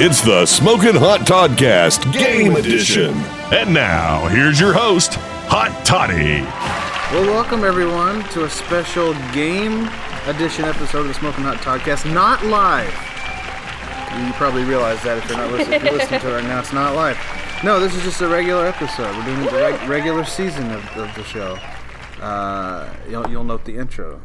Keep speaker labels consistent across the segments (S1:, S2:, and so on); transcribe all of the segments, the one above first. S1: It's the Smoking Hot Toddcast Game Edition.
S2: And now, here's your host, Hot Toddy.
S3: Well, welcome everyone to a special game edition episode of the Smoking Hot Podcast. Not live. You probably realize that if you're not listening, if you're listening to it right now, it's not live. No, this is just a regular episode. We're doing the reg- regular season of, of the show. Uh, you'll, you'll note the intro.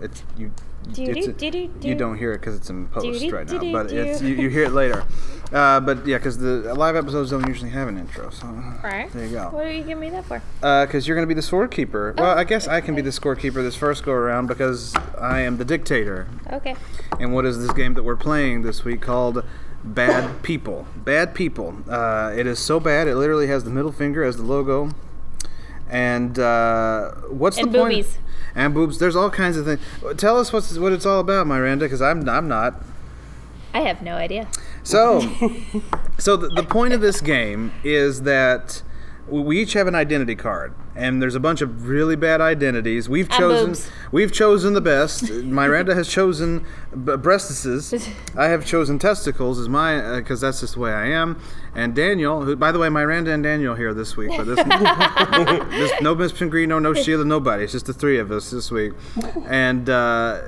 S3: It's you. It's a-
S4: Do-do-do-do-do.
S3: you don't hear it because it's in post right now, but
S4: Do-do-do-do-do.
S3: it's, you, you hear it later. Uh, but yeah, because the live episodes don't usually have an intro, so
S4: Alright.
S3: there you go.
S4: What are you giving me that for?
S3: because Uh, you're going to be the scorekeeper.
S4: Oh,
S3: Well, I guess I can be the scorekeeper this first go around because I am the dictator.
S4: Okay.
S3: And what is this game that we're playing this week called? Bad People. Bad People. Uh, it is so bad it literally has the middle finger as the logo. And uh, what's
S4: And
S3: the point?
S4: boobies.
S3: And boobs. There's all kinds of things. Tell us what's what it's all about, Miranda, because I'm I'm not.
S4: I have no idea.
S3: So, so the, the point of this game is that we each have an identity card, and there's a bunch of really bad identities. We've chosen,
S4: boobs.
S3: we've chosen the best. Miranda has chosen b- breastises. I have chosen testicles as my because that's just the way I am. And Daniel, who by the way, Miranda and Daniel here this week, but this, this no Miss Pingrino, no Sheila, nobody. It's just the three of us this week, and uh,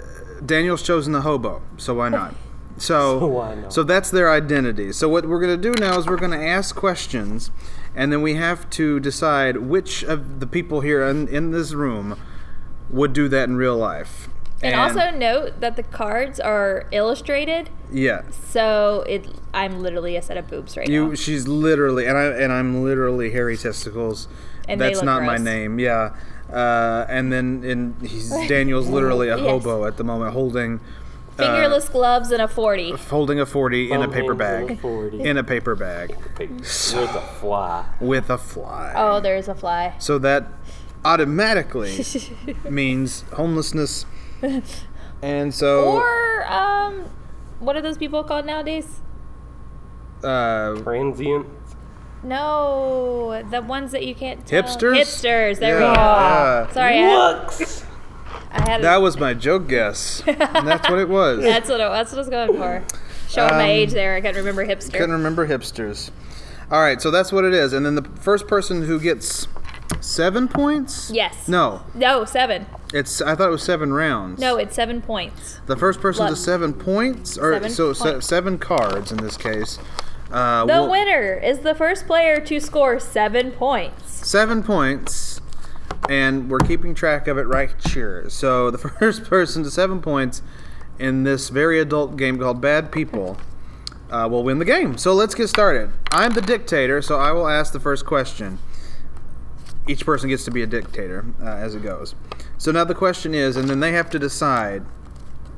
S3: Daniel's chosen the hobo, so why not? So, so that's their identity. So what we're gonna do now is we're gonna ask questions, and then we have to decide which of the people here in, in this room would do that in real life.
S4: And, also note that the cards are illustrated,
S3: yeah,
S4: so it I'm literally a set of boobs right
S3: you. uh,
S4: now.
S3: She's literally, and I and I'm literally hairy testicles.
S4: And they
S3: that's
S4: look
S3: not my
S4: gross.
S3: name. Yeah, uh, and then and he's Daniel's literally a
S4: Yes.
S3: hobo at the moment, holding
S4: Fingerless gloves and a 40.
S3: holding a forty in a paper bag,
S5: With
S3: in a paper bag
S5: a fly.
S3: with a fly.
S4: Oh, there's a fly.
S3: So that automatically means homelessness. And so,
S4: Or um what are those people called nowadays?
S3: uh,
S5: Transient.
S4: No, the ones that you can't tell.
S3: Hipsters?
S4: Hipsters. There
S3: Yeah,
S4: we
S3: yeah.
S4: go. Sorry, I had,
S5: Looks.
S4: I had
S3: that was my joke guess. And that's what it was.
S4: that's what I, that's what I was going for. Showing my age there. I couldn't remember hipster.
S3: Um, Couldn't remember hipsters. All right, so that's what it is. And then the first person who gets seven points.
S4: Yes.
S3: No,
S4: No, seven.
S3: it's. I thought it was seven rounds.
S4: No, it's seven points.
S3: The first person to
S4: Look.
S3: seven points, or
S4: Seven
S3: so se-
S4: points.
S3: seven cards in this case. Uh,
S4: The
S3: will-
S4: winner is the first player to score seven points.
S3: seven points, and we're keeping track of it right here. So the first person to seven points in this very adult game called Bad People uh, will win the game. So let's get started. I'm the dictator, so I will ask the first question. Each person gets to be a dictator uh, as it goes. So now the question is, and then they have to decide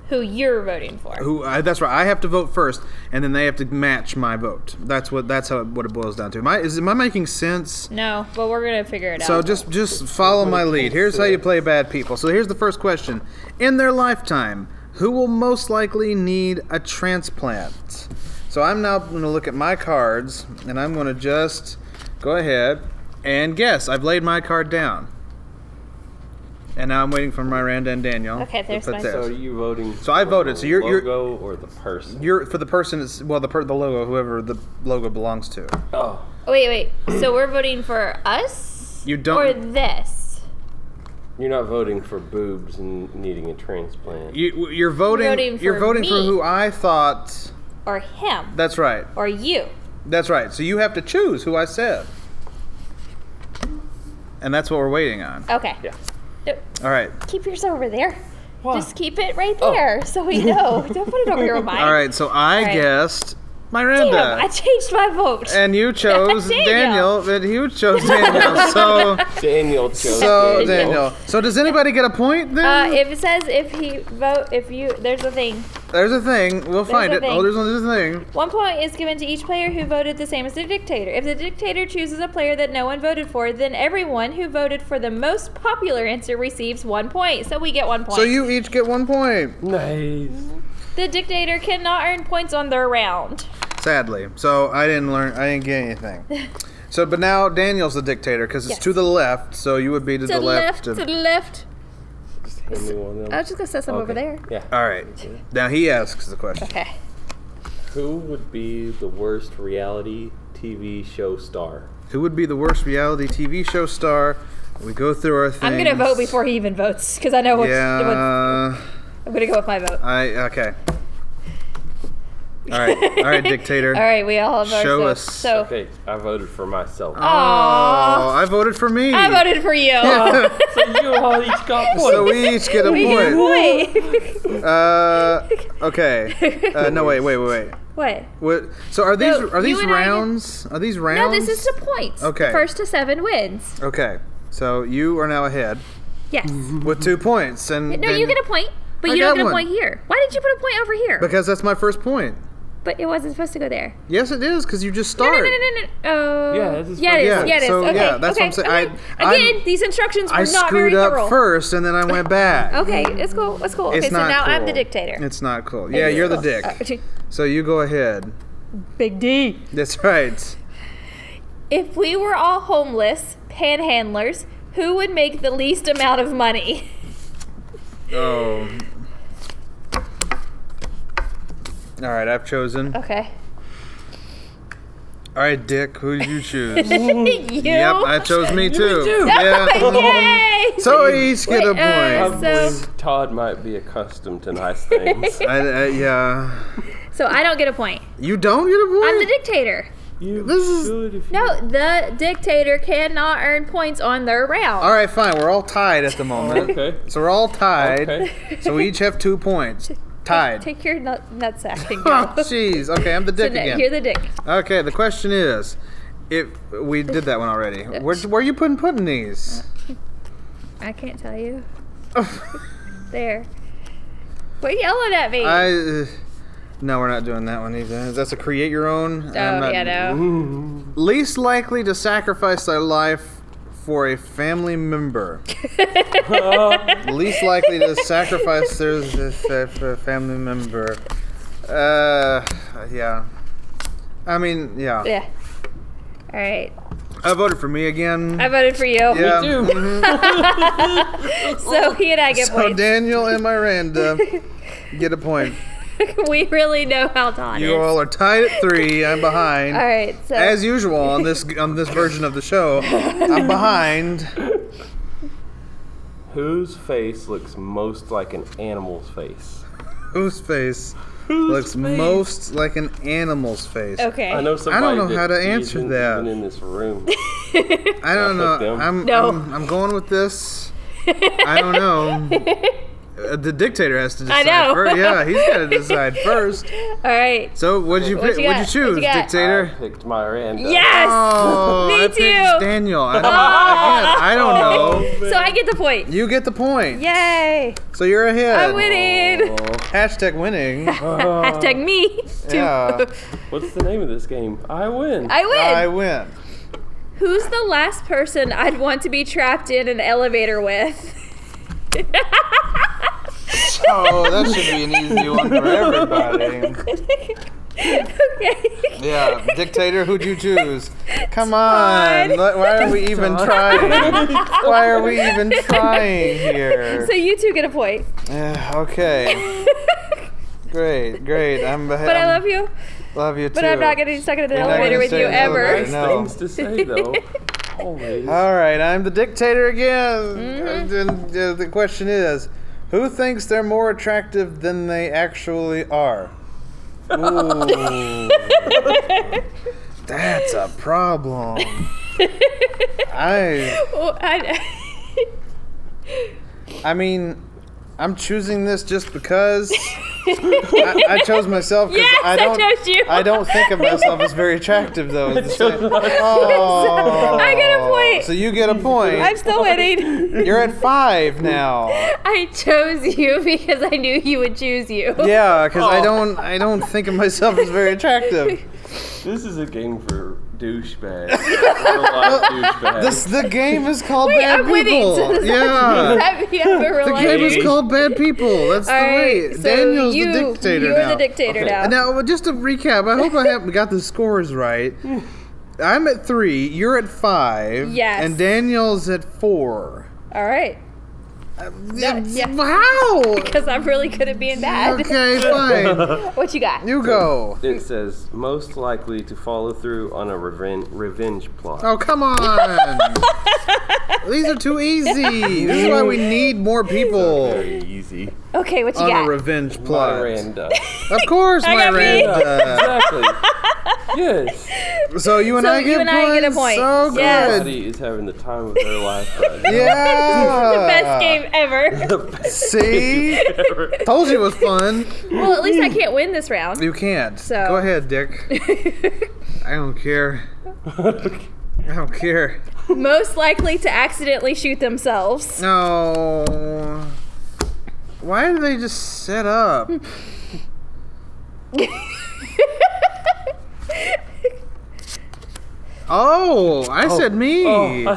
S4: Who you're voting for?
S3: who I, that's right. I have to vote first, and then they have to match my vote. That's what that's how what it boils down to. Am I is am I making sense?
S4: No, but we're gonna figure it
S3: So
S4: out.
S3: just just follow my lead. Here's how you play bad people. So here's the first question. In their lifetime, who will most likely need a transplant? So I'm now going to look at my cards and I'm going to just go ahead and guess. I've laid my card down. And now I'm waiting for Miranda and Daniel.
S4: Okay,
S3: to
S4: there's
S3: put
S4: my-
S5: So are
S3: theirs.
S5: you voting? So
S3: I voted, so you're-
S5: the
S3: you're-
S5: logo or the person.
S3: You're for the person it's well the per, the logo whoever the logo belongs to.
S5: oh,
S4: wait, wait. So we're voting for us?
S3: You don't-
S4: Or this?
S5: you're not voting for boobs and needing a transplant.
S3: You you're voting,
S4: Voting
S3: you're
S4: for
S3: voting for
S4: me.
S3: who I thought
S4: Or him?
S3: That's right.
S4: or you?
S3: That's right. So you have to choose who I said. And that's what we're waiting on.
S4: Okay.
S5: yeah.
S4: No,
S3: All right.
S4: Keep yours over there. Just keep it right there, so we know. don't put it over here with mine.
S3: Oh. All right. So I
S4: right.
S3: guessed
S4: Damn,
S3: Miranda.
S4: I changed my vote.
S3: and you chose Daniel.
S4: Daniel.
S3: and you chose Daniel. So,
S5: Daniel chose.
S3: so
S5: Daniel.
S3: Daniel. So does anybody get a point then?
S4: uh, if it says if he vote, if you, there's a thing.
S3: there's a thing. We'll find
S4: a
S3: it. Oh,
S4: thing.
S3: there's another thing.
S4: One point is given to each player who voted the same as the dictator. If the dictator chooses a player that no one voted for, then everyone who voted for the most popular answer receives one point. So we get one point.
S3: So you each get one point,
S5: Nice.
S4: the dictator cannot earn points on their round.
S3: sadly. So I didn't learn. I didn't get anything. So, but now Daniel's the dictator because it's
S4: Yes.
S3: to the left. So you would be to,
S4: To
S3: the
S4: the left,
S3: left.
S4: to
S3: of-
S4: the left.
S5: Just hand me one of them.
S4: I was just gonna set some over there.
S5: Yeah.
S3: All right. Now he asks the question.
S4: Okay.
S5: Who would be the worst reality TV show star?
S3: Who would be the worst reality TV show star? We go through our things.
S4: I'm gonna vote before he even votes because I know what. what-
S3: Yeah.
S4: I'm gonna go with my vote.
S3: I okay. All right, all right, dictator.
S4: All right, we all have our
S3: Show
S4: so-
S3: us.
S4: So,
S5: Okay, I voted for myself.
S4: Aw,
S3: Oh, I voted for me.
S4: I voted for you.
S5: you all each got one.
S3: So we each get a
S4: We get a
S3: point.
S4: point.
S3: Uh, okay. Uh, no, wait, wait, wait, wait.
S4: what?
S3: What? So are these
S4: No,
S3: are
S4: you
S3: these
S4: and I did-
S3: rounds? Are these
S4: No,
S3: rounds?
S4: this is the points.
S3: Okay.
S4: The first to seven wins.
S3: Okay. So you are now ahead
S4: Yes.
S3: with two points, and
S4: No, you get a point, but
S3: Mm-hmm. I
S4: you
S3: got
S4: don't get
S3: one.
S4: a point here. Why did you put a point over here?
S3: because that's my first point.
S4: but it wasn't supposed to go there.
S3: Yes, it is because you just
S4: No, no,
S3: started.
S4: no, no, no. Oh.
S5: Yeah, this is
S4: yeah, it is.
S3: Yeah,
S4: Yeah, it is.
S3: so,
S4: okay.
S3: yeah, that's what
S4: okay.
S3: I'm saying.
S4: okay.
S3: I- I'm-
S4: Again, these instructions were
S3: I
S4: not
S3: screwed
S4: very
S3: up
S4: thorough.
S3: first, and then I went back.
S4: Okay, it's cool. It's cool.
S3: It's
S4: okay, so
S3: not
S4: now I'm
S3: cool.
S4: the dictator.
S3: It's not cool. Yeah, you're the dick.
S4: Uh,
S3: So you go ahead.
S4: Big D.
S3: That's right.
S4: If we were all homeless panhandlers, who would make the least amount of money?
S3: Oh. All right, I've chosen. All
S4: Okay.
S3: right, Dick, who did you choose? yep,
S4: you.
S3: I chose me too.
S4: Oh,
S3: Yeah.
S4: Yay!
S3: So we each get a
S4: Wait, uh,
S3: point.
S4: so-
S5: I believe Todd might be accustomed to nice things.
S3: I, I, yeah.
S4: So I don't get a point.
S3: You don't get a point.
S4: I'm the dictator.
S5: you
S3: This is-
S5: should if you-
S4: No, the dictator cannot earn points on their round.
S3: all right, fine. We're all tied at the moment.
S5: Okay.
S3: So we're all tied.
S5: Okay.
S3: So we each have two points. Tied.
S4: Take your nut, nutsack and
S3: Oh,
S4: go.
S3: jeez. Okay, I'm the
S4: So
S3: dick
S4: no,
S3: again.
S4: you're the dick.
S3: Okay, the question is, if we did that one already, where, where are you putting putting these?
S4: I can't tell you. there. Quit yelling at me.
S3: I. Uh, no, we're not doing that one either. That's a create your own. and
S4: oh,
S3: I'm not-
S4: yeah, no.
S3: Least likely to sacrifice their life for a family member. Least likely to sacrifice their this, uh, for a family member. Uh, yeah. I mean, yeah.
S4: Yeah. All right.
S3: I voted for me again.
S4: I voted for you.
S3: yeah.
S4: So he and I get
S3: So
S4: points.
S3: Daniel and Miranda get a point.
S4: we really know how Don
S3: You
S4: is.
S3: all are tied at three. I'm behind.
S4: All right. So
S3: As usual on this on this version of the show, I'm behind.
S5: Whose face looks most like an animal's face?
S3: Whose face looks most like an animal's face?
S4: okay.
S5: I know somebody.
S3: know
S5: that
S3: how to
S5: isn't
S3: answer that.
S5: Even in this room.
S3: I don't
S5: I'll
S3: know.
S5: put them.
S3: I'm,
S4: No.
S3: I'm I'm going with this. I don't know. Uh, The dictator has to decide
S4: know.
S3: first. Yeah, he's got to decide first.
S4: All right.
S3: So what'd you
S4: What
S3: pick? What'd
S4: you
S3: you
S4: got? What you
S3: choose,
S4: got?
S3: dictator?
S5: I picked Miranda.
S4: Yes.
S3: Oh,
S4: Me
S3: I picked
S4: too. Oh.
S3: Daniel. I don't, I, can't- I don't know.
S4: so I get the point.
S3: You get the point.
S4: Yay!
S3: So you're ahead.
S4: I'm winning.
S3: Hashtag winning.
S4: Hashtag me. too.
S3: Yeah.
S5: What's the name of this game? I win.
S4: I win.
S3: I win.
S4: Who's the last person I'd want to be trapped in an elevator with?
S3: Oh, that should be an easy one for everybody.
S4: okay.
S3: Yeah, dictator, who'd you choose? Come on,
S4: Todd.
S3: let- why are we even trying? Why are we even trying here?
S4: So you two get a point.
S3: Eh, okay, great, great. I'm behind.
S4: But I love you.
S3: Love you too.
S4: But I'm not getting stuck in an
S3: not
S4: elevator
S3: gonna
S4: with
S3: stay
S4: you
S3: in the elevator.
S4: ever.
S5: Nice
S3: No. Uh,
S5: things to say though. Always.
S3: All right, I'm the dictator again.
S4: Mm-hmm.
S3: And, uh, the question is, who thinks they're more attractive than they actually are? Ooh. That's a problem. I
S4: Oh, I-
S3: I mean, I'm choosing this just because I, I chose myself because
S4: yes,
S3: I
S4: I,
S3: don't
S4: chose you.
S3: I don't think of myself as very attractive though. at the same- Oh.
S4: I get a point.
S3: So you get a point.
S4: I'm still winning.
S3: You're at five now.
S4: I chose you because I knew you would choose you.
S3: Yeah, because I don't I don't think of myself as very attractive.
S5: This is a game for douchebags. Real life douchebags.
S3: This the game is called Bad
S4: I'm winning,
S3: People.
S4: so does
S3: yeah.
S4: Have you ever
S3: The
S4: realized?
S3: game is
S5: Hey.
S3: called Bad People. That's
S4: All
S3: the
S4: right,
S3: way.
S4: so
S3: Daniel's
S4: you,
S3: the dictator
S4: You're
S3: now.
S4: the dictator
S5: Okay.
S4: now.
S3: Now, just to recap, I hope I have got the scores right. I'm at three. You're at five.
S4: Yes.
S3: And Daniel's at four.
S4: All right. Yes, yes.
S3: Wow.
S4: Because I'm really good at being bad.
S3: Okay, fine.
S4: What you got?
S3: You go.
S5: It says most likely to follow through on a reven- revenge plot.
S3: Oh, come on. These are too easy. This is why we need more people
S6: Very easy.
S4: Okay, what you
S3: on a
S4: got?
S3: revenge plot.
S5: Miranda.
S3: Of course,
S4: I got me.
S3: Miranda.
S5: exactly. Yes.
S3: So you and
S4: So
S3: I
S4: you
S3: get
S4: and
S3: points.
S4: I get a point.
S3: So
S4: Yes.
S3: good.
S5: Somebody is having the time of their life right now.
S3: Yeah.
S4: the best game ever.
S3: See? Told you it was fun.
S4: well, at least I can't win this round.
S3: You can't.
S4: So-
S3: Go ahead, Dick. I don't care. I don't care.
S4: Most likely to accidentally shoot themselves.
S3: No. Oh. Why do they just set up? oh, I said me.
S5: I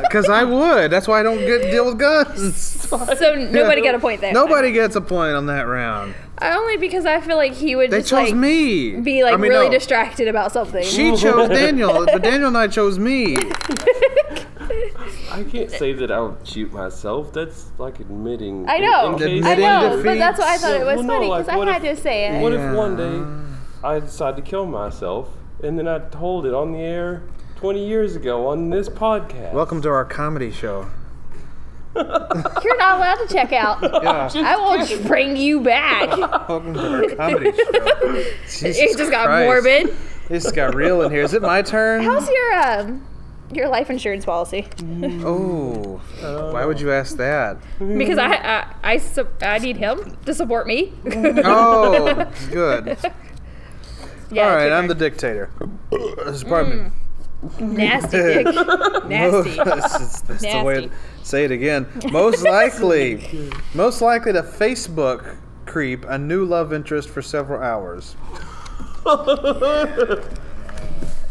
S5: said,
S3: Because I would. That's why I don't get deal with guns.
S4: Oh, So nobody got a point there.
S3: Nobody gets a point on that round.
S4: Only because I feel like he would
S3: They
S4: just
S3: chose
S4: like
S3: me.
S4: be like
S3: I mean,
S4: really
S3: no.
S4: distracted about something.
S3: She chose Daniel, but Daniel and I chose me.
S5: I can't say that I would shoot myself. That's like admitting.
S4: I
S5: in-
S4: know.
S5: in case-
S4: I
S3: Admitting
S4: know, but
S3: defeat.
S4: that's why I thought it was
S5: Well, no,
S4: funny
S5: like,
S4: because
S5: what
S4: I had
S5: if-
S4: to say it.
S5: What if one day I decide to kill myself and then I told it on the air 20 years ago on this podcast?
S3: Welcome to our comedy show.
S4: You're not allowed to check out.
S3: Yeah.
S4: I will bring you back.
S3: Welcome to our comedy show. Jesus
S4: it just got
S3: Christ.
S4: morbid.
S3: This got real in here. Is it my turn?
S4: How's your um your life insurance policy?
S3: Oh, why would you ask that?
S4: Because I I, I, su- I need him to support me.
S3: Oh, good.
S4: yeah,
S3: All right,
S4: you're
S3: I'm the dictator. This is probably
S4: nasty. dick. nasty.
S3: this is, that's the way.
S4: Mm, Nasty.
S3: Say it again. Most likely, most likely to Facebook creep a new love interest for several hours.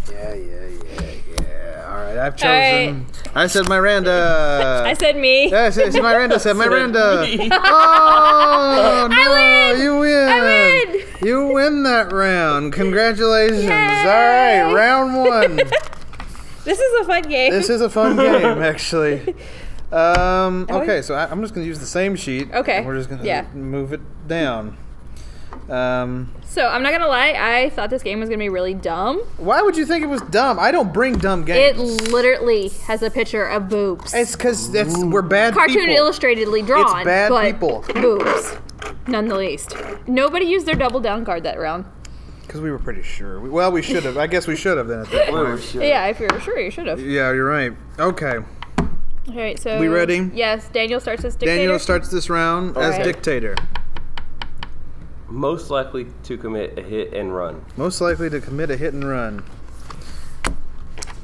S3: yeah, yeah, yeah, yeah. All right, I've
S4: All right.
S3: chosen. I said Miranda.
S4: I said me.
S3: Yes, yes, Miranda said Miranda. Oh no,
S4: win.
S3: you win.
S4: I win.
S3: You win that round. Congratulations.
S4: Yay.
S3: All right, round one.
S4: This is a fun game.
S3: this is a fun game, actually. Um, okay, so I, I'm just gonna use the same sheet.
S4: Okay,
S3: and We're just gonna
S4: yeah.
S3: move it down. Um,
S4: so I'm not gonna lie. I thought this game was gonna be really dumb.
S3: why would you think it was dumb? I don't bring dumb
S4: It
S3: games.
S4: literally has a picture of boobs.
S3: it's because that's we're bad
S4: Cartoon
S3: people.
S4: illustratedly drawn.
S3: bad
S4: but
S3: people.
S4: Boobs. None the least. Nobody used their double down card that round.
S3: Because we were pretty sure. We, well, we should have. I guess we should have then. At that point.
S4: Yeah, if you're sure, you should have.
S3: Yeah, you're right. Okay.
S4: All right, so
S3: We ready?
S4: Yes, Daniel starts as dictator.
S3: Daniel starts this round as
S4: Okay.
S3: dictator.
S5: Most likely to commit a hit and run.
S3: Most likely to commit a hit and run.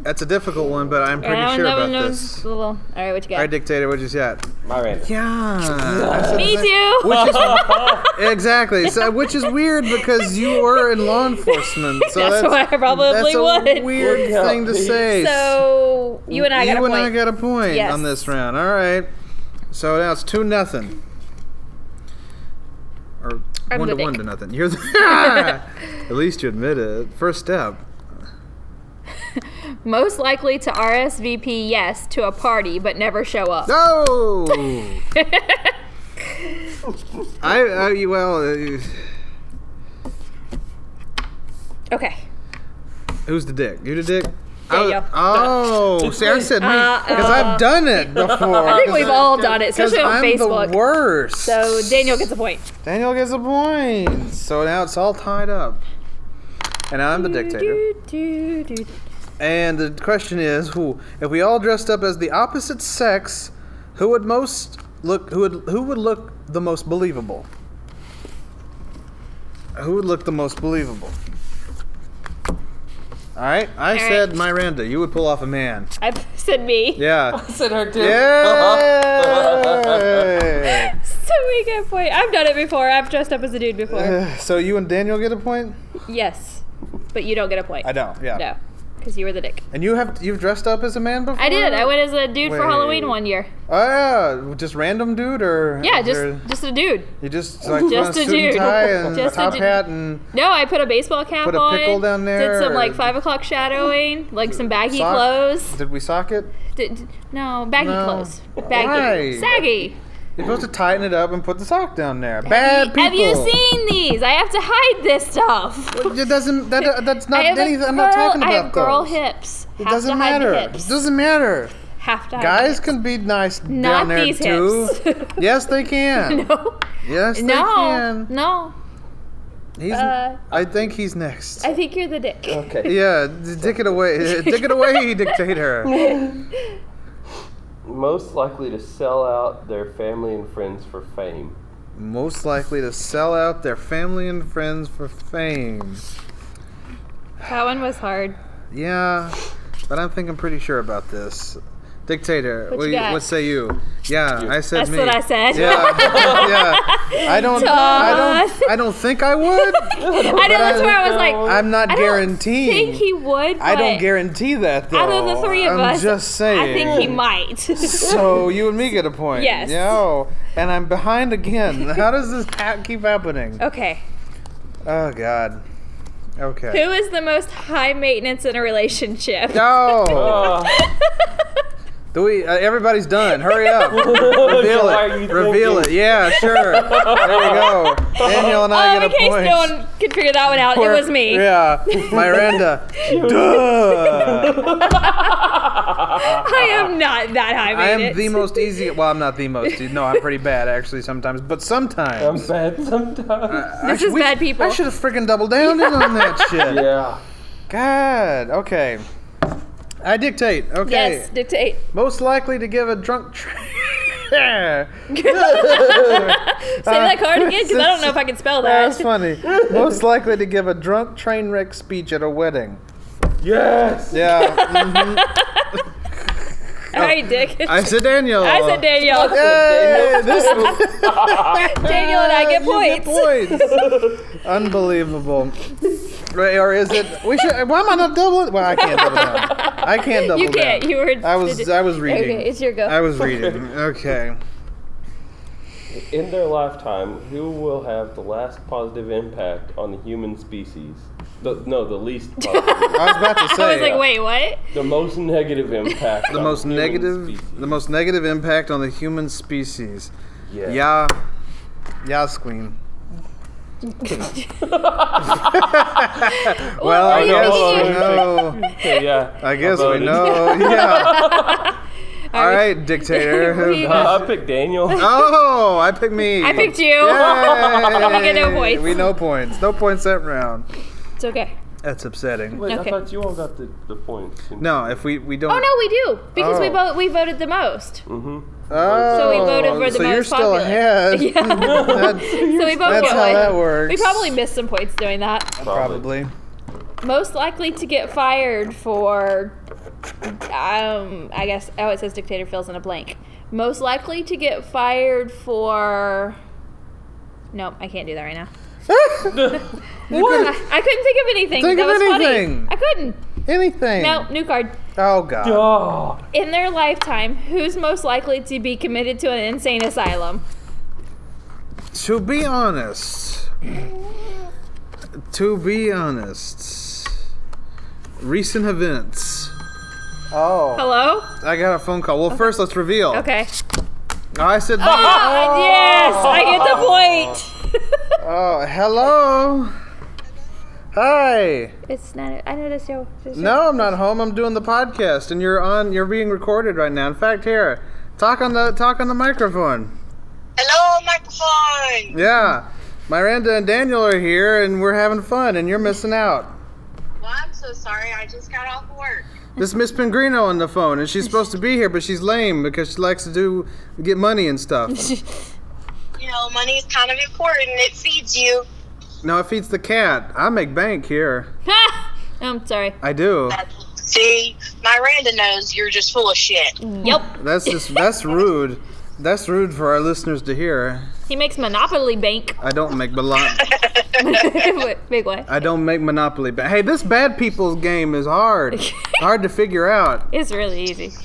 S3: That's a difficult one, but I'm pretty
S4: That one-
S3: sure
S4: that
S3: about
S4: one was
S3: this.
S4: a little. All right, what you got?
S3: All right, dictator, what you got?
S5: Miranda.
S3: Yeah. I said
S4: Me
S3: the same-
S4: too.
S3: Exactly. So, which is weird because you were in law enforcement. So
S4: That's
S3: that's,
S4: why I probably
S3: that's a
S4: would.
S3: weird
S5: Look out,
S3: thing to
S5: please.
S3: say.
S4: So you and I got a
S3: you and
S4: point.
S3: I got a point
S4: Yes.
S3: on this round. All right. So now it's two nothing. Or
S4: I'm
S3: one
S4: the
S3: to one
S4: dick.
S3: to nothing. You're the, at least you admit it. First step.
S4: Most likely to RSVP yes to a party but never show up.
S3: No. Oh! I, I well, uh,
S4: Okay.
S3: who's the dick? You the dick?
S4: Daniel.
S3: Oh, see, I said me
S4: Uh,
S3: because I've done it before.
S4: I think we've all done it,
S3: Because
S4: especially on
S3: I'm
S4: Facebook.
S3: the worst.
S4: So Daniel gets a point.
S3: Daniel gets a point. So now it's all tied up. And I'm the dictator.
S4: Do, do, do, do.
S3: And the question is, who if we all dressed up as the opposite sex, who would most look who would who would look the most believable? Who would look the most believable? All right, I said Miranda. You would pull off a man.
S4: I said me.
S3: Yeah.
S5: Said her too.
S3: Yay!
S4: So we get a point. I've done it before. I've dressed up as a dude before.
S3: so you and Daniel get a point.
S4: yes, but you don't get a point.
S3: I don't. Yeah.
S4: No. because you were the dick.
S3: And you have you've dressed up as a man before?
S4: I did. I went as a dude for Halloween
S3: Wait.
S4: one year.
S3: Oh yeah, just random dude or
S4: Yeah,
S3: is
S4: just
S3: there-
S4: just a dude.
S3: you just like just
S4: just
S3: a,
S4: a
S3: suit and
S4: dude.
S3: tie and
S4: Just a
S3: top
S4: dude.
S3: hat and
S4: No, I put a baseball cap
S3: Put a
S4: on.
S3: pickle down there,
S4: Did some like
S3: or-
S4: five o'clock shadowing, like some baggy
S3: sock-
S4: clothes.
S3: Did we sock it?
S4: Did, did- no, baggy
S3: No.
S4: clothes.
S3: Why?
S4: Baggy. Saggy.
S3: You're supposed to tighten it up and put the sock down there. Bad Eh, people.
S4: Have you seen these? I have to hide this stuff.
S3: It doesn't. That, that's
S4: I
S3: not
S4: have a
S3: anything. I'm not
S4: girl-
S3: talking about
S4: I have girl
S3: those.
S4: hips.
S3: It
S4: Have to
S3: doesn't
S4: hide the
S3: matter.
S4: hips.
S3: It doesn't matter.
S4: have to hide the
S3: Guys
S4: hips.
S3: can be nice
S4: Not
S3: down there
S4: these
S3: too.
S4: hips.
S3: yes, they can.
S4: no.
S3: Yes, they
S4: No.
S3: can.
S4: No.
S3: He's,
S4: Uh,
S3: I think he's next.
S4: I think you're the dick.
S6: Okay.
S3: yeah, d- dick it away. dick it away, dictator.
S6: Most likely to sell out their family and friends for fame.
S3: Most likely to sell out their family and friends for fame.
S4: That one was hard.
S3: Yeah, but I think I'm pretty sure about this. Dictator,
S4: What
S3: what,
S4: you
S3: you-
S4: got?
S3: what say you? Yeah, I said
S4: That's
S3: me.
S4: what I said.
S3: Yeah, yeah. I don't, I
S4: Todd.
S3: don't, I don't think I would.
S4: I know that's where I was like.
S3: I'm not
S4: I
S3: guaranteeing.
S4: Don't think he would.
S3: I don't
S4: but
S3: guarantee that though.
S4: Out of the three of
S3: I'm
S4: us,
S3: just saying.
S4: I think he might.
S3: So you and me get a point.
S4: Yes.
S3: No, and I'm behind again. How does this ha- keep happening?
S4: okay.
S3: Oh God. Okay.
S4: Who is the most high maintenance in a relationship?
S3: No.
S5: Uh,
S3: Do we? Uh, everybody's done. Hurry up. Reveal
S5: Why are
S3: it.
S5: you
S3: Reveal it.
S5: thinking?
S3: Yeah, sure. There you go. Daniel and I
S4: um, in
S3: get a
S4: case
S3: point.
S4: no one could figure that one out, it was me.
S3: Yeah, Miranda. Duh.
S4: I am not that high
S3: I
S4: maintenance.
S3: am the most easy. Well, I'm not the most. e, No, I'm pretty bad actually sometimes, but sometimes.
S5: I'm bad sometimes.
S3: Uh,
S4: This is bad people.
S3: I should have freaking double downed it on that shit.
S5: yeah.
S3: God. Okay. I dictate. Okay.
S4: Yes, dictate.
S3: Most likely to give a drunk. Tra-
S4: Say that card again, because I don't know if I can spell that.
S3: Uh, That's funny. Most likely to give a drunk train wreck speech at a wedding.
S5: Yes.
S3: Yeah.
S4: All right, Dick.
S3: I said Daniel.
S4: I said Daniel.
S3: Hey, this
S4: Daniel and I get
S3: you
S4: points.
S3: points. Unbelievable. Right, or is it? We should. Why am I not double? Well, I can't double down. I can't double
S4: You can't.
S3: down.
S4: You were.
S3: I was. I was reading.
S4: Okay, it's your go.
S3: I was reading. Okay.
S6: In
S5: Their lifetime, who will have the last positive impact on the human species? The, no, the least positive.
S3: I was about to say. uh,
S4: I was like, wait, what?
S5: the most negative impact.
S3: The most negative. The most negative impact on the human species.
S5: Yeah.
S3: Yeah. Yas queen. well,
S4: were
S3: I
S4: you
S3: guess we
S4: thinking?
S3: know.
S5: yeah.
S3: I guess we
S5: voted.
S3: know. Yeah. All right,
S4: We-
S3: dictator.
S5: Uh, I picked Daniel.
S3: Oh, I picked me.
S4: I picked you.
S3: Yay.
S4: We get no points.
S3: We no points. No points that round.
S4: It's okay.
S3: That's upsetting.
S5: Wait,
S4: Okay.
S5: I thought you all got the, the points.
S3: No, if we we don't.
S4: Oh no, we do because we
S3: Oh.
S4: both we voted the most.
S3: Oh,
S4: So we voted for the
S3: so you're
S4: most
S3: still
S4: popular.
S3: ahead. That-
S4: So we both
S3: that's
S4: get
S3: how
S4: one.
S3: that works.
S4: We probably missed some points doing that.
S3: probably.
S4: Most likely to get fired for, um, I guess. Oh, it says dictator fills in a blank. Most likely to get fired for. Nope, I can't do that right now.
S3: What?
S4: I couldn't think of anything.
S3: Think
S4: that
S3: of
S4: was funny.
S3: anything.
S4: I couldn't.
S3: Anything.
S4: No, new card.
S3: Oh god.
S5: Oh,
S4: In their lifetime, who's most likely to be committed to an insane asylum?
S3: To be honest, to be honest, recent events. Oh,
S4: Hello?
S3: I got a phone call. Well, first let's reveal.
S4: Okay.
S3: I said,
S4: Ah, yes, I get the point.
S3: oh, hello. Hi.
S4: it's not. I know this show.
S3: No, I'm not home. I'm doing the podcast, and you're on. You're being recorded right now. In fact, here, talk on the talk on the microphone.
S7: Hello, microphone.
S3: Yeah, Miranda and Daniel are here, and we're having fun, and you're missing out.
S7: Well, I'm so sorry. I just got off work.
S3: This Miss Pingrino on the phone, and she's supposed to be here, but she's lame because she likes to do get money and stuff.
S7: You know, money is kind of important. It feeds you.
S3: No, it feeds the cat. I make bank here.
S4: I'm sorry.
S3: I do.
S7: See, Miranda knows you're just full of shit.
S4: Yep.
S3: That's just that's rude. That's rude for our listeners to hear.
S4: He makes Monopoly Bank.
S3: I don't make Monopoly.
S4: Big way.
S3: I don't make Monopoly. But hey, this bad people's game is hard. hard to figure out.
S4: It's really easy.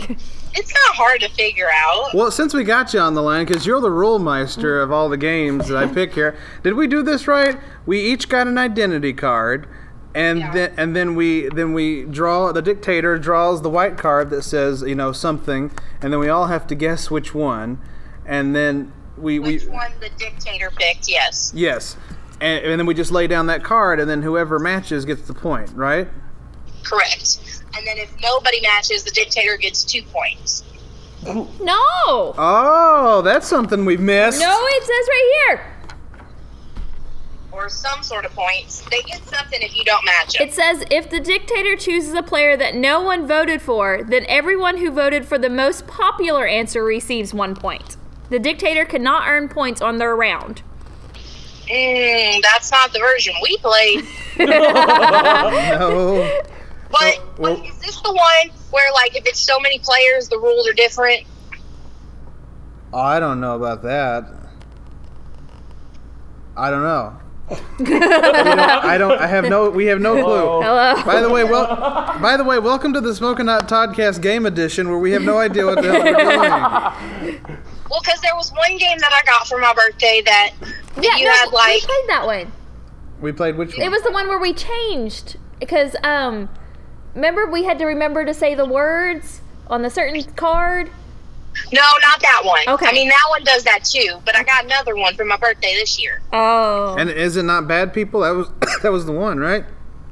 S7: It's not hard to figure out.
S3: Well, since we got you on the line, because you're the rule meister of all the games that I pick here, did we do this right? We each got an identity card, and then and then we then we draw. The dictator draws the white card that says you know something, and then we all have to guess which one, and then we
S7: Which
S3: we
S7: one the dictator picked? Yes.
S3: yes, and, and then we just lay down that card, and then whoever matches gets the point, right?
S7: Correct. And then if nobody matches, the dictator gets two points.
S4: No.
S3: Oh, that's something we've missed.
S4: No, it says right here.
S7: Or some sort of points. They get something if you don't match it.
S4: It says if the dictator chooses a player that no one voted for, then everyone who voted for the most popular answer receives one point. The dictator cannot earn points on their round.
S7: Mm, that's not the version we played.
S3: No.
S7: But
S3: Well-
S7: like, is this the one where, like, if it's so many players, the rules are different?
S3: I don't know about that. I don't know. I don't. I have no. We have no clue.
S4: Hello.
S3: By the way, well. By the way, welcome to the Smoking Hot Toddcast Game Edition, where we have no idea what the hell we're
S7: Well, because there was one game that I got for my birthday that
S4: Yeah,
S7: you
S4: no,
S7: had,
S4: we
S7: like,
S4: played that one.
S3: doing. We played which one?
S4: It was the one where we changed because um, remember we had to remember to say the words on the certain card.
S7: no, not that one.
S4: Okay.
S7: I mean, that one does that too, but I got another one for my birthday this year.
S4: Oh.
S3: and is it not bad people? That was. that was the one, right?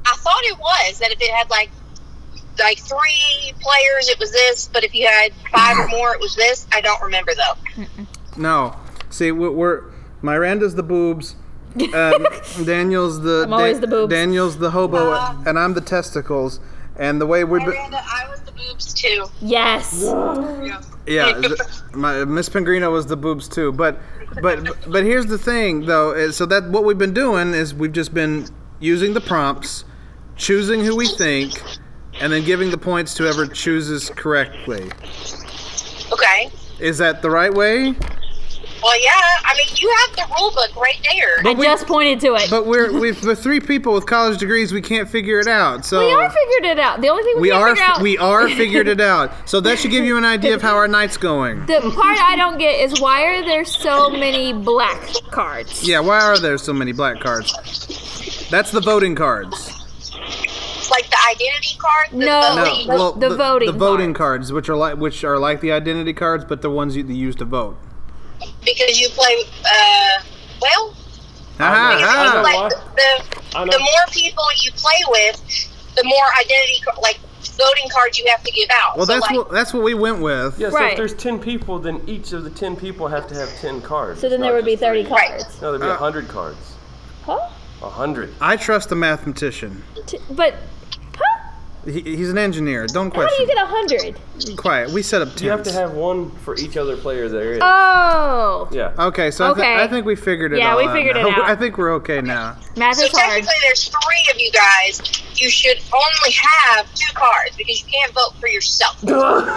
S7: I thought it was that if it had, like, like three players, it was this, but if you had five or more, it was this. I don't remember though.
S3: No. See, we're, we're Miranda's the boobs. Um, Daniel's the.
S4: I'm always the boobs.
S3: Daniel's the hobo,
S7: Uh,
S3: and I'm the testicles. And the way we're.
S7: Miranda, I was the boobs too.
S4: yes.
S3: Yeah, th- my, Miss Pingrino was the boobs too. But, but, but here's the thing, though. is- So that what we've been doing is we've just been using the prompts, choosing who we think, and then giving the points to whoever chooses correctly.
S7: Okay.
S3: Is that the right way?
S7: Well, yeah. I mean, you have the rule book right there.
S4: I just pointed to it.
S3: But we're we've, with three people with college degrees. We can't figure it out. So
S4: we are figured it out. The only thing we,
S3: we
S4: can't
S3: are
S4: figure out
S3: we are figured it out. So that should give you an idea of how our night's going.
S4: The part I don't get is why are there so many black cards?
S3: Yeah. Why are there so many black cards? That's the voting cards.
S7: It's like the identity card. The
S4: No.
S3: No,
S7: voting-
S3: Oh, well,
S4: the voting
S3: the voting
S4: cards.
S3: cards, which are like which are like the identity cards, but they're ones you they use to vote.
S4: Oh,
S7: because you play. Uh, well,
S3: Ah,
S7: because
S3: ah.
S5: know
S7: like
S5: why.
S7: the,
S5: I know.
S7: the more people you play with, the more identity ca- like voting cards you have to give out.
S3: Well,
S7: so,
S3: that's
S7: like,
S3: what that's what we went with.
S5: Yeah, so
S4: Right.
S5: if there's 10 people, then each of the 10 people have to have 10 cards.
S4: So then
S5: Not
S4: there would be
S5: just three.
S4: 30 cards.
S5: No, there'd
S3: Uh.
S5: be 100 cards.
S4: Huh?
S5: 100.
S3: I trust the mathematician.
S4: T- but huh?
S3: He, he's an engineer. Don't
S4: How do you
S3: question.
S4: get a hundred?
S3: Quiet. We set up tents.
S5: You have to have one for each other player
S4: Uh.
S5: there is.
S4: Oh,
S5: yeah.
S3: Okay, so I,
S4: Okay.
S3: thi- I think we figured it
S4: Yeah,
S3: all
S4: we
S3: out
S4: figured it
S3: now.
S4: out.
S3: I think we're okay now.
S4: math
S7: so
S4: is hard.
S7: technically, there's three of you guys. You should only have two cards because you can't vote for yourself.
S3: Uh.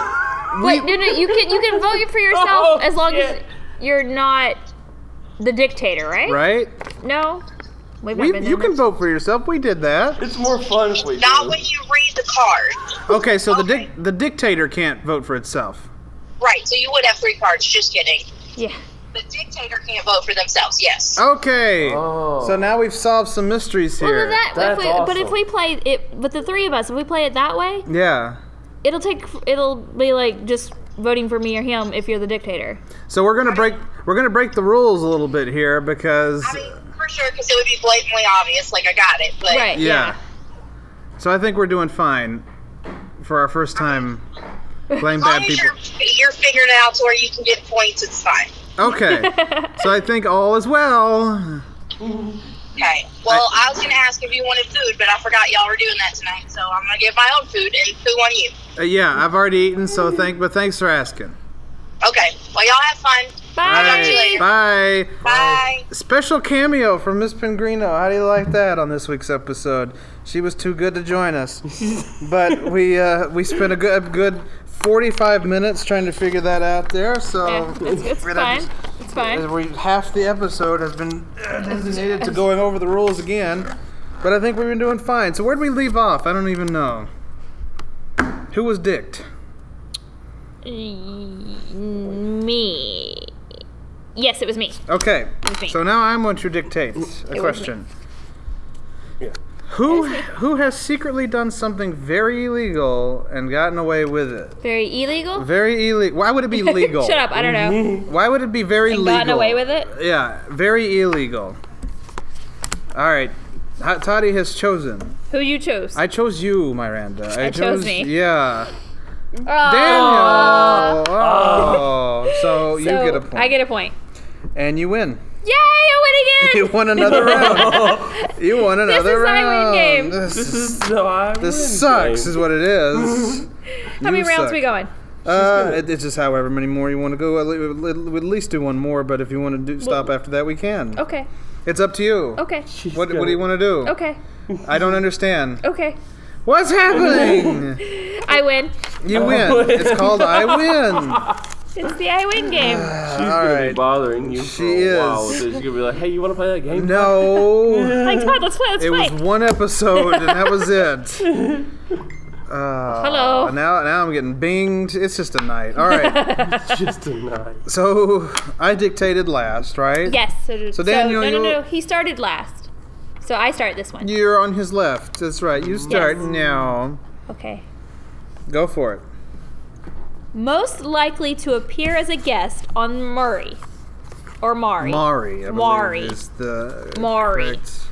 S4: Wait, no, no, you can you can vote for yourself
S5: Oh,
S4: as long
S5: shit.
S4: as you're not the dictator, right?
S3: Right?
S4: No, we've not
S3: We,
S4: been
S3: you
S4: doing
S3: can vote for yourself. We did that.
S5: It's more fun if we
S7: Not
S5: do.
S7: when you read the card.
S3: Okay, so the dic- the dictator can't vote for itself.
S7: Right. So you would have three cards. Just kidding.
S4: that. Yeah.
S7: The dictator can't vote for themselves. Yes.
S3: Okay.
S5: Oh.
S3: So now we've solved some mysteries
S4: Well,
S3: here.
S4: then that, if
S5: That's
S4: we, but if
S5: awesome.
S4: we play it, but the three of us, if we play it that way,
S3: yeah.
S4: it'll take, it'll be like just voting for me or him if you're the dictator.
S3: So we're gonna break we're gonna break the rules a little bit here because
S7: I mean, for sure, because it would be blatantly obvious. Like I got it, but
S4: Right.
S3: yeah. So I think we're doing fine for our first time playing
S7: as long
S3: bad
S7: as
S3: people.
S7: you're, you're figuring it out to where you can get points, it's fine.
S3: Okay. So I think all is well.
S7: Okay. Well, I, was gonna ask if you wanted food, but I forgot y'all were doing that tonight, so I'm gonna get my own food and poo on you.
S3: Uh, yeah, I've already eaten,
S7: Mm.
S3: so thank but thanks for asking.
S7: Okay. Well, y'all have fun.
S4: Bye.
S7: Talk to you later.
S3: Bye.
S7: Bye.
S3: Special cameo from Miss Pingrino. How do you like that on this week's episode? She was too good to join us, but we uh, we spent a good a good 45 minutes trying to figure that out there. So
S4: Yeah,
S3: Oh.
S4: it's, it's
S3: We're
S4: fine.
S3: gonna just-
S4: It's fine.
S3: we half the episode has been uh, designated to going over the rules again, but I think we've been doing fine. So where'd we leave off? I don't even know. Who was dicked?
S4: Me. Yes, it was me.
S3: Okay.
S4: me.
S3: So now I want you to dictate a question. Who who has secretly done something very illegal and gotten away with it?
S4: Very illegal.
S3: Very illegal. Why would it be legal?
S4: Shut up. I don't know.
S3: Why would it be very legal?
S4: Gotten away with it.
S3: Yeah, very illegal. All right, Hot Toddy has chosen.
S4: Who you chose?
S3: I chose you, Miranda. I,
S4: chose me.
S3: Yeah,
S4: Oh.
S3: Daniel. Oh, so, you
S4: So,
S3: get a point,
S4: I get a point.
S3: and you win.
S4: Yay! I win
S3: You
S4: again.
S3: won another round. You won another
S4: is my win
S3: round.
S4: game.
S3: This,
S5: This
S3: is-
S5: is no, I
S3: this sucks, is what it is.
S4: How many
S3: You
S4: rounds
S3: suck.
S4: we going?
S3: Uh, it- it's just however many more you want to go. We'll we'll at least do one more, but if you want to do, stop after that, we can.
S4: Okay.
S3: It's up to you.
S4: oh. Okay.
S3: What, what do you want to do?
S4: Okay.
S3: I don't understand.
S4: Okay.
S3: What's happening?
S4: I win.
S3: You win. It's called I win.
S4: It's the I win game.
S5: She's
S3: All
S5: gonna
S3: right.
S5: be bothering you for
S3: She
S5: a while.
S3: is.
S5: So she's gonna be like, "Hey, you want to play that game?"
S3: No.
S4: Like Todd, let's play. Let's
S3: It
S4: play.
S3: was one episode and that was it. Uh,
S4: Hello.
S3: Now, now I'm getting binged. It's just a night. All right.
S5: Just a night.
S3: So I dictated last, right?
S4: Yes. So, so
S3: Daniel,
S4: no, no,
S3: you-
S4: no. He started last. So I start this one.
S3: You're on his left. That's right. You start
S4: Yes.
S3: now.
S4: Okay.
S3: Go for it.
S4: Most likely to appear as a guest on Murray or Mari.
S3: Mari. I believe,
S4: Mari.
S3: Is the
S4: Mari.
S3: correct-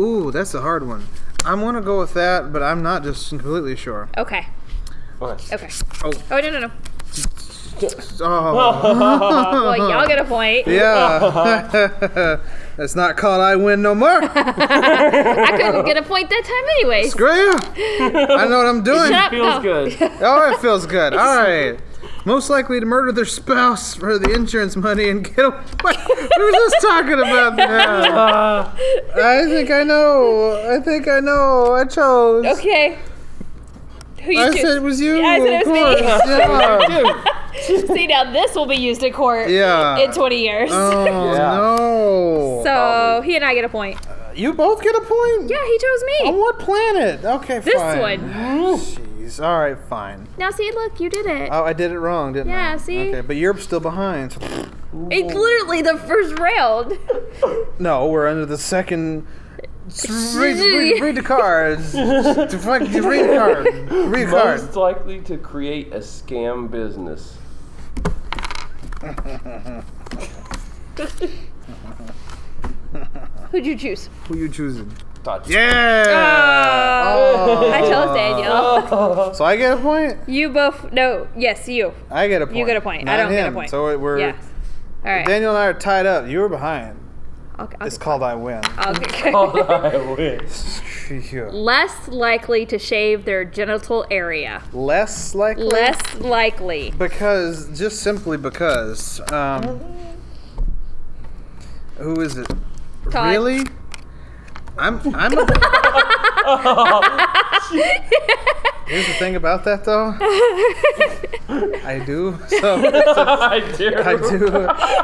S3: Ooh, that's a hard one. I'm gonna go with that, but I'm not just completely sure.
S4: Okay. Okay.
S3: Oh.
S4: Oh no no no.
S3: Oh.
S4: Well, y'all get a point.
S3: Yeah. That's not called I win no more.
S4: I couldn't get a point that time anyway. Shut
S3: Screw you. I know what I'm doing.
S4: up.
S5: Feels
S4: go.
S5: good.
S3: Oh, it feels good. All right. Most likely to murder their spouse for the insurance money and get away. We were just talking about that.
S5: Uh,
S3: I think I know. I think I know. I chose.
S4: Okay. Who you
S3: I
S4: choose?
S3: said it was you.
S4: Yeah, I said it
S3: of
S4: was me.
S3: course. Yeah.
S4: See now this will be used in court
S3: Yeah.
S4: in 20 years.
S3: Oh no.
S4: so he and I get a point.
S3: you both get a point.
S4: Yeah, he chose me.
S3: On what planet? Okay,
S4: This
S3: fine.
S4: one.
S3: Jeez. All right, fine.
S4: Now see, look, you did it.
S3: Oh, I did it wrong, didn't I?
S4: Yeah, see?
S3: Okay, but you're still behind. so-
S4: it's literally the first round.
S3: No, we're under the second. Read, read, read the cards. The fuck- read the card. Read the card.
S6: Most likely to create a scam business.
S4: Who'd you choose?
S3: Who you choosing?
S6: Thought
S3: Yeah.
S4: Oh, I chose
S3: Oh.
S4: Daniel.
S3: So I get a point.
S4: You both. No. Yes, you.
S3: I get a point.
S4: You get a point.
S3: Not
S4: I don't
S3: him.
S4: get a point.
S3: So it- we're
S4: Yes. All right.
S3: Daniel and I are tied up. You were behind.
S4: okay.
S3: It's called I win.
S4: okay.
S3: Oh.
S5: I win.
S3: Phew.
S4: Less likely to shave their genital area.
S3: Less likely.
S4: Less likely.
S3: Because just simply because. Um, who is it?
S4: Todd.
S3: Really? I'm. I'm. Here's the thing about that though. I do. So
S5: I do.
S3: I do.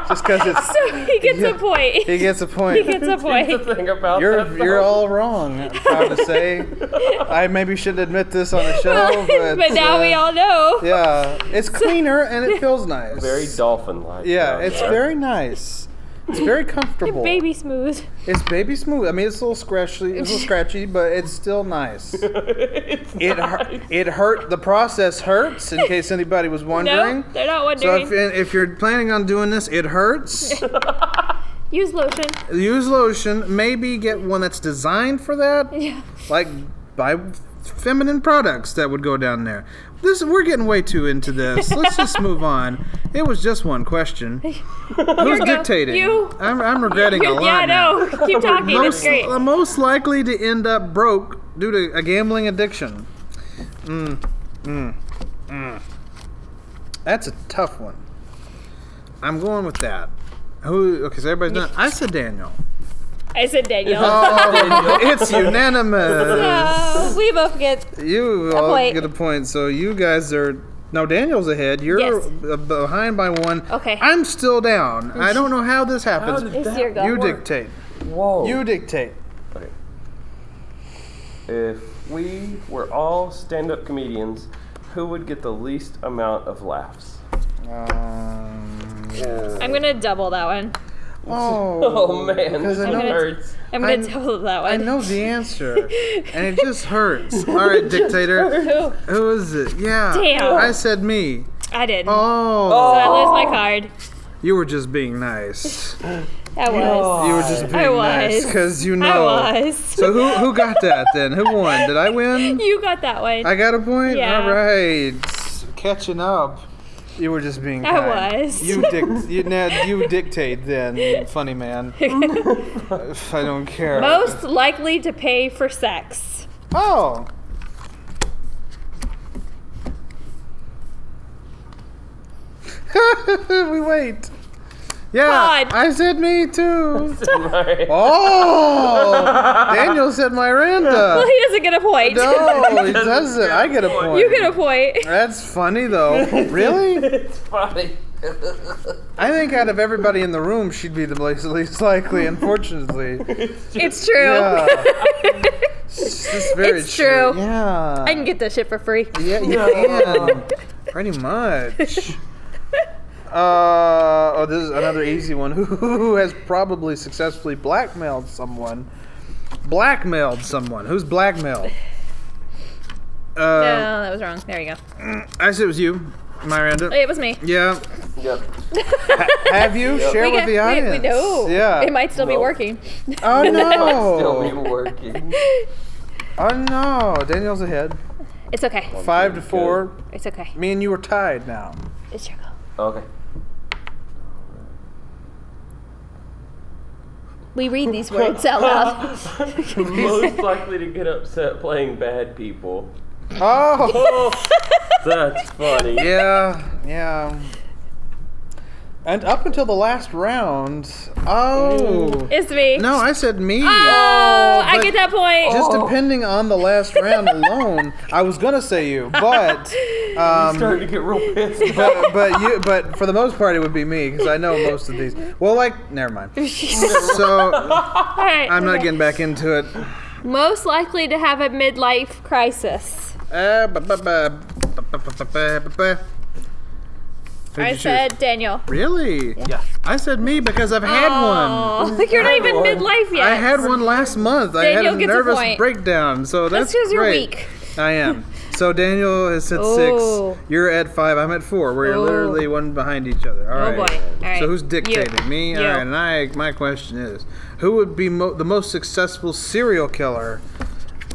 S3: Just because it's.
S4: He gets a point.
S3: He gets a point.
S4: He gets a point.
S5: Think about
S3: You're
S5: that.
S3: you're all wrong. I'm proud to say. I maybe should admit this on the show, but,
S4: but now
S3: uh,
S4: we all know.
S3: Yeah, it's cleaner and it feels nice.
S6: very dolphin-like.
S3: Yeah,
S6: down
S3: it's
S6: there.
S3: very nice. It's very comfortable.
S4: Baby smooth.
S3: It's baby smooth. I mean, it's a little scratchy, it's a little scratchy, but it's still nice. it hurt, it hurt. The process hurts, in case anybody was wondering.
S4: No, they're not
S3: So
S4: wondering.
S3: if, if you're planning on doing this, it hurts.
S4: Use lotion.
S3: Use lotion. Maybe get one that's designed for that.
S4: Yeah.
S3: Like buy feminine products that would go down there. This we're getting way too into this. Let's just move on. It was just one question. Who's
S4: go.
S3: dictating?
S4: You.
S3: I'm, I'm regretting a lot.
S4: yeah,
S3: now.
S4: no. Keep talking. It's
S3: most,
S4: great.
S3: uh, most likely to end up broke due to a gambling addiction. Mm, mm, mm. That's a tough one. I'm going with that. Who? Okay, so everybody's done. I said Daniel.
S4: I said Daniel.
S3: Oh, it's unanimous.
S4: So Uh, we both get
S3: You all
S4: point.
S3: get a point. So you guys are No, Daniel's ahead. You're
S4: Yes.
S3: b- behind by one.
S4: Okay.
S3: I'm still down. I don't know how this happens.
S5: did
S4: It's
S5: that
S4: your goal.
S3: you
S4: work?
S3: dictate.
S5: Whoa.
S3: You dictate.
S6: Okay.
S5: If
S6: We were all stand-up comedians. Who would get the least amount of laughs?
S3: Um,
S4: I'm gonna double that one.
S3: oh,
S6: Oh man,
S3: Because
S6: that
S3: I know-
S6: hurts.
S4: I'm gonna
S3: I'm-
S4: double that one.
S3: I know the answer, and it just hurts. All right, dictator.
S4: Who?
S3: Who is it? Yeah.
S4: Damn.
S3: I said me.
S4: I did. So
S3: Oh,
S4: I lose my card.
S3: you were just being nice.
S4: I was.
S3: You were just being
S4: I
S3: nice
S4: was.
S3: because you know.
S4: I was.
S3: So who who got that then? Who won? Did I win?
S4: you got that one.
S3: I got a point.
S4: Yeah.
S3: All right, catching up. You were just being.
S4: I
S3: kind.
S4: was.
S3: You dict. You Ned, You dictate then, funny man. If I don't care.
S4: Most likely to pay for sex.
S3: Oh. we wait. Yeah,
S4: God.
S3: I said me too. oh, Daniel said Miranda.
S4: Well, he doesn't get a point.
S3: No, he doesn't. I get a point.
S4: you get a point.
S3: That's funny though. Really?
S6: It's funny.
S3: I think out of everybody in the room, she'd be the least- least likely. Unfortunately,
S4: It's true.
S3: yeah. It's just very
S4: It's true.
S3: Yeah.
S4: I can get this shit for free.
S3: Yeah, you can. Pretty much. Uh, oh, this is another easy one. Who has probably successfully blackmailed someone? Blackmailed someone. Who's blackmailed? Uh,
S4: No, that was wrong. There you go.
S3: I said it was you, Miranda.
S4: It was me.
S3: Yeah.
S6: Yep.
S3: Have you? Share with the
S4: we,
S3: audience.
S4: we know.
S3: Yeah.
S4: It might still be
S6: No.
S4: working.
S3: Oh
S6: Still be
S3: no.
S6: working.
S3: Oh no. Daniel's ahead.
S4: It's okay.
S3: Five to four.
S4: It's okay.
S3: Me and you are tied now.
S4: It's your goal.
S6: Okay.
S4: We read these words out loud.
S6: Most likely to get upset playing bad people.
S3: Oh.
S6: That's funny.
S3: yeah, yeah. And up until the last round, oh
S4: It's me.
S3: no, I said me.
S4: Oh, I
S3: but
S4: get that point.
S3: Just depending on the last round alone, I was gonna say you, but um,
S6: I'm starting to get real pissed.
S3: but but you but for the most part it would be me because I know most of these. Well, like never mind. So
S4: All right,
S3: I'm not
S4: okay.
S3: getting back into it.
S4: Most likely to have a midlife crisis.
S3: Uh, ba- ba- ba- ba- ba- ba- ba- ba- ba. Who'd
S4: I
S3: you choose?
S4: said Daniel.
S3: really. Yeah. I said me because I've had one.
S4: Oh, like you're not even midlife yet.
S3: I had one last month. I had
S4: Daniel
S3: a
S4: gets a
S3: nervous
S4: point.
S3: breakdown, so that's
S4: That's because you're
S3: great.
S4: weak.
S3: I am. So Daniel is at
S4: Oh.
S3: six. You're at five. I'm at four. We're
S4: Oh.
S3: literally one behind each other. All
S4: Oh
S3: right.
S4: boy. All right.
S3: So who's
S4: You.
S3: dictating? Me.
S4: You.
S3: All right. And I. My question is, who would be mo- the most successful serial killer?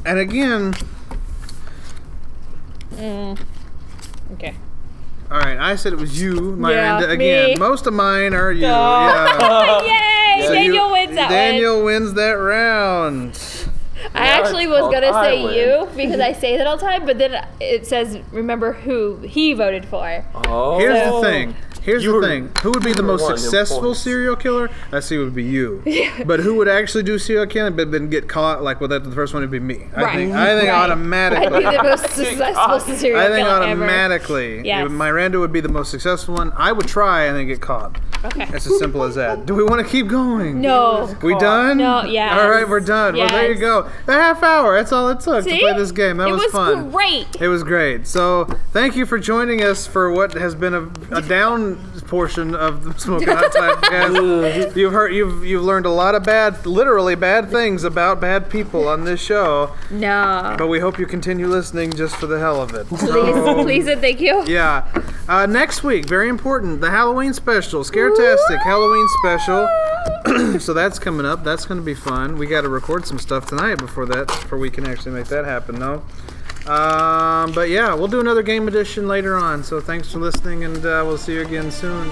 S3: And again,
S4: Mm, Okay.
S3: all right. I said it was you, Miranda.
S4: me.
S3: again, most of mine are you. Yeah.
S4: Yay!
S3: So you-
S4: Daniel wins that one.
S3: Daniel wins that round.
S4: I actually was
S6: called
S4: gonna
S6: I
S4: say
S6: win.
S4: you because I say that all the time, but then it says remember who he voted for.
S5: oh,
S3: Here's the thing. Here's
S6: You
S3: the
S6: were-
S3: thing. Who would be the most
S6: one in
S3: successful
S6: points.
S3: serial killer? I see it would be you. But who would actually do serial killing but then get caught like with that the first one would be me. I
S4: Right.
S3: think I think
S4: Right. I'd be
S3: automatically
S4: the most successful serial
S3: I think
S4: killer ever.
S3: automatically
S4: Yes.
S3: if Miranda would be the most successful one. I would try and then get caught.
S4: Okay.
S3: It's as simple as that. Do we want to keep going?
S4: No.
S3: We done?
S4: No, yes.
S3: All right, we're done. Well, there you
S4: Yes.
S3: go. A half hour. That's all it took to
S4: See?
S3: play this game. That
S4: it
S3: was,
S4: was
S3: fun.
S4: great.
S3: It was great. So thank you for joining us for what has been a, a down portion of the Smoking Hot podcast. you've heard, you've you've learned a lot of bad, literally bad things about bad people on this show.
S4: No.
S3: But we hope you continue listening just for the hell of it.
S4: Please, please, and thank you.
S3: Yeah. Uh, next week, very important, the Halloween special, Scaretastic Halloween special. so that's coming up. That's going to be fun. We got to record some stuff tonight before that, before we can actually make that happen, though. Um, but yeah, we'll do another game edition later on. So thanks for listening, and uh, we'll see you again soon.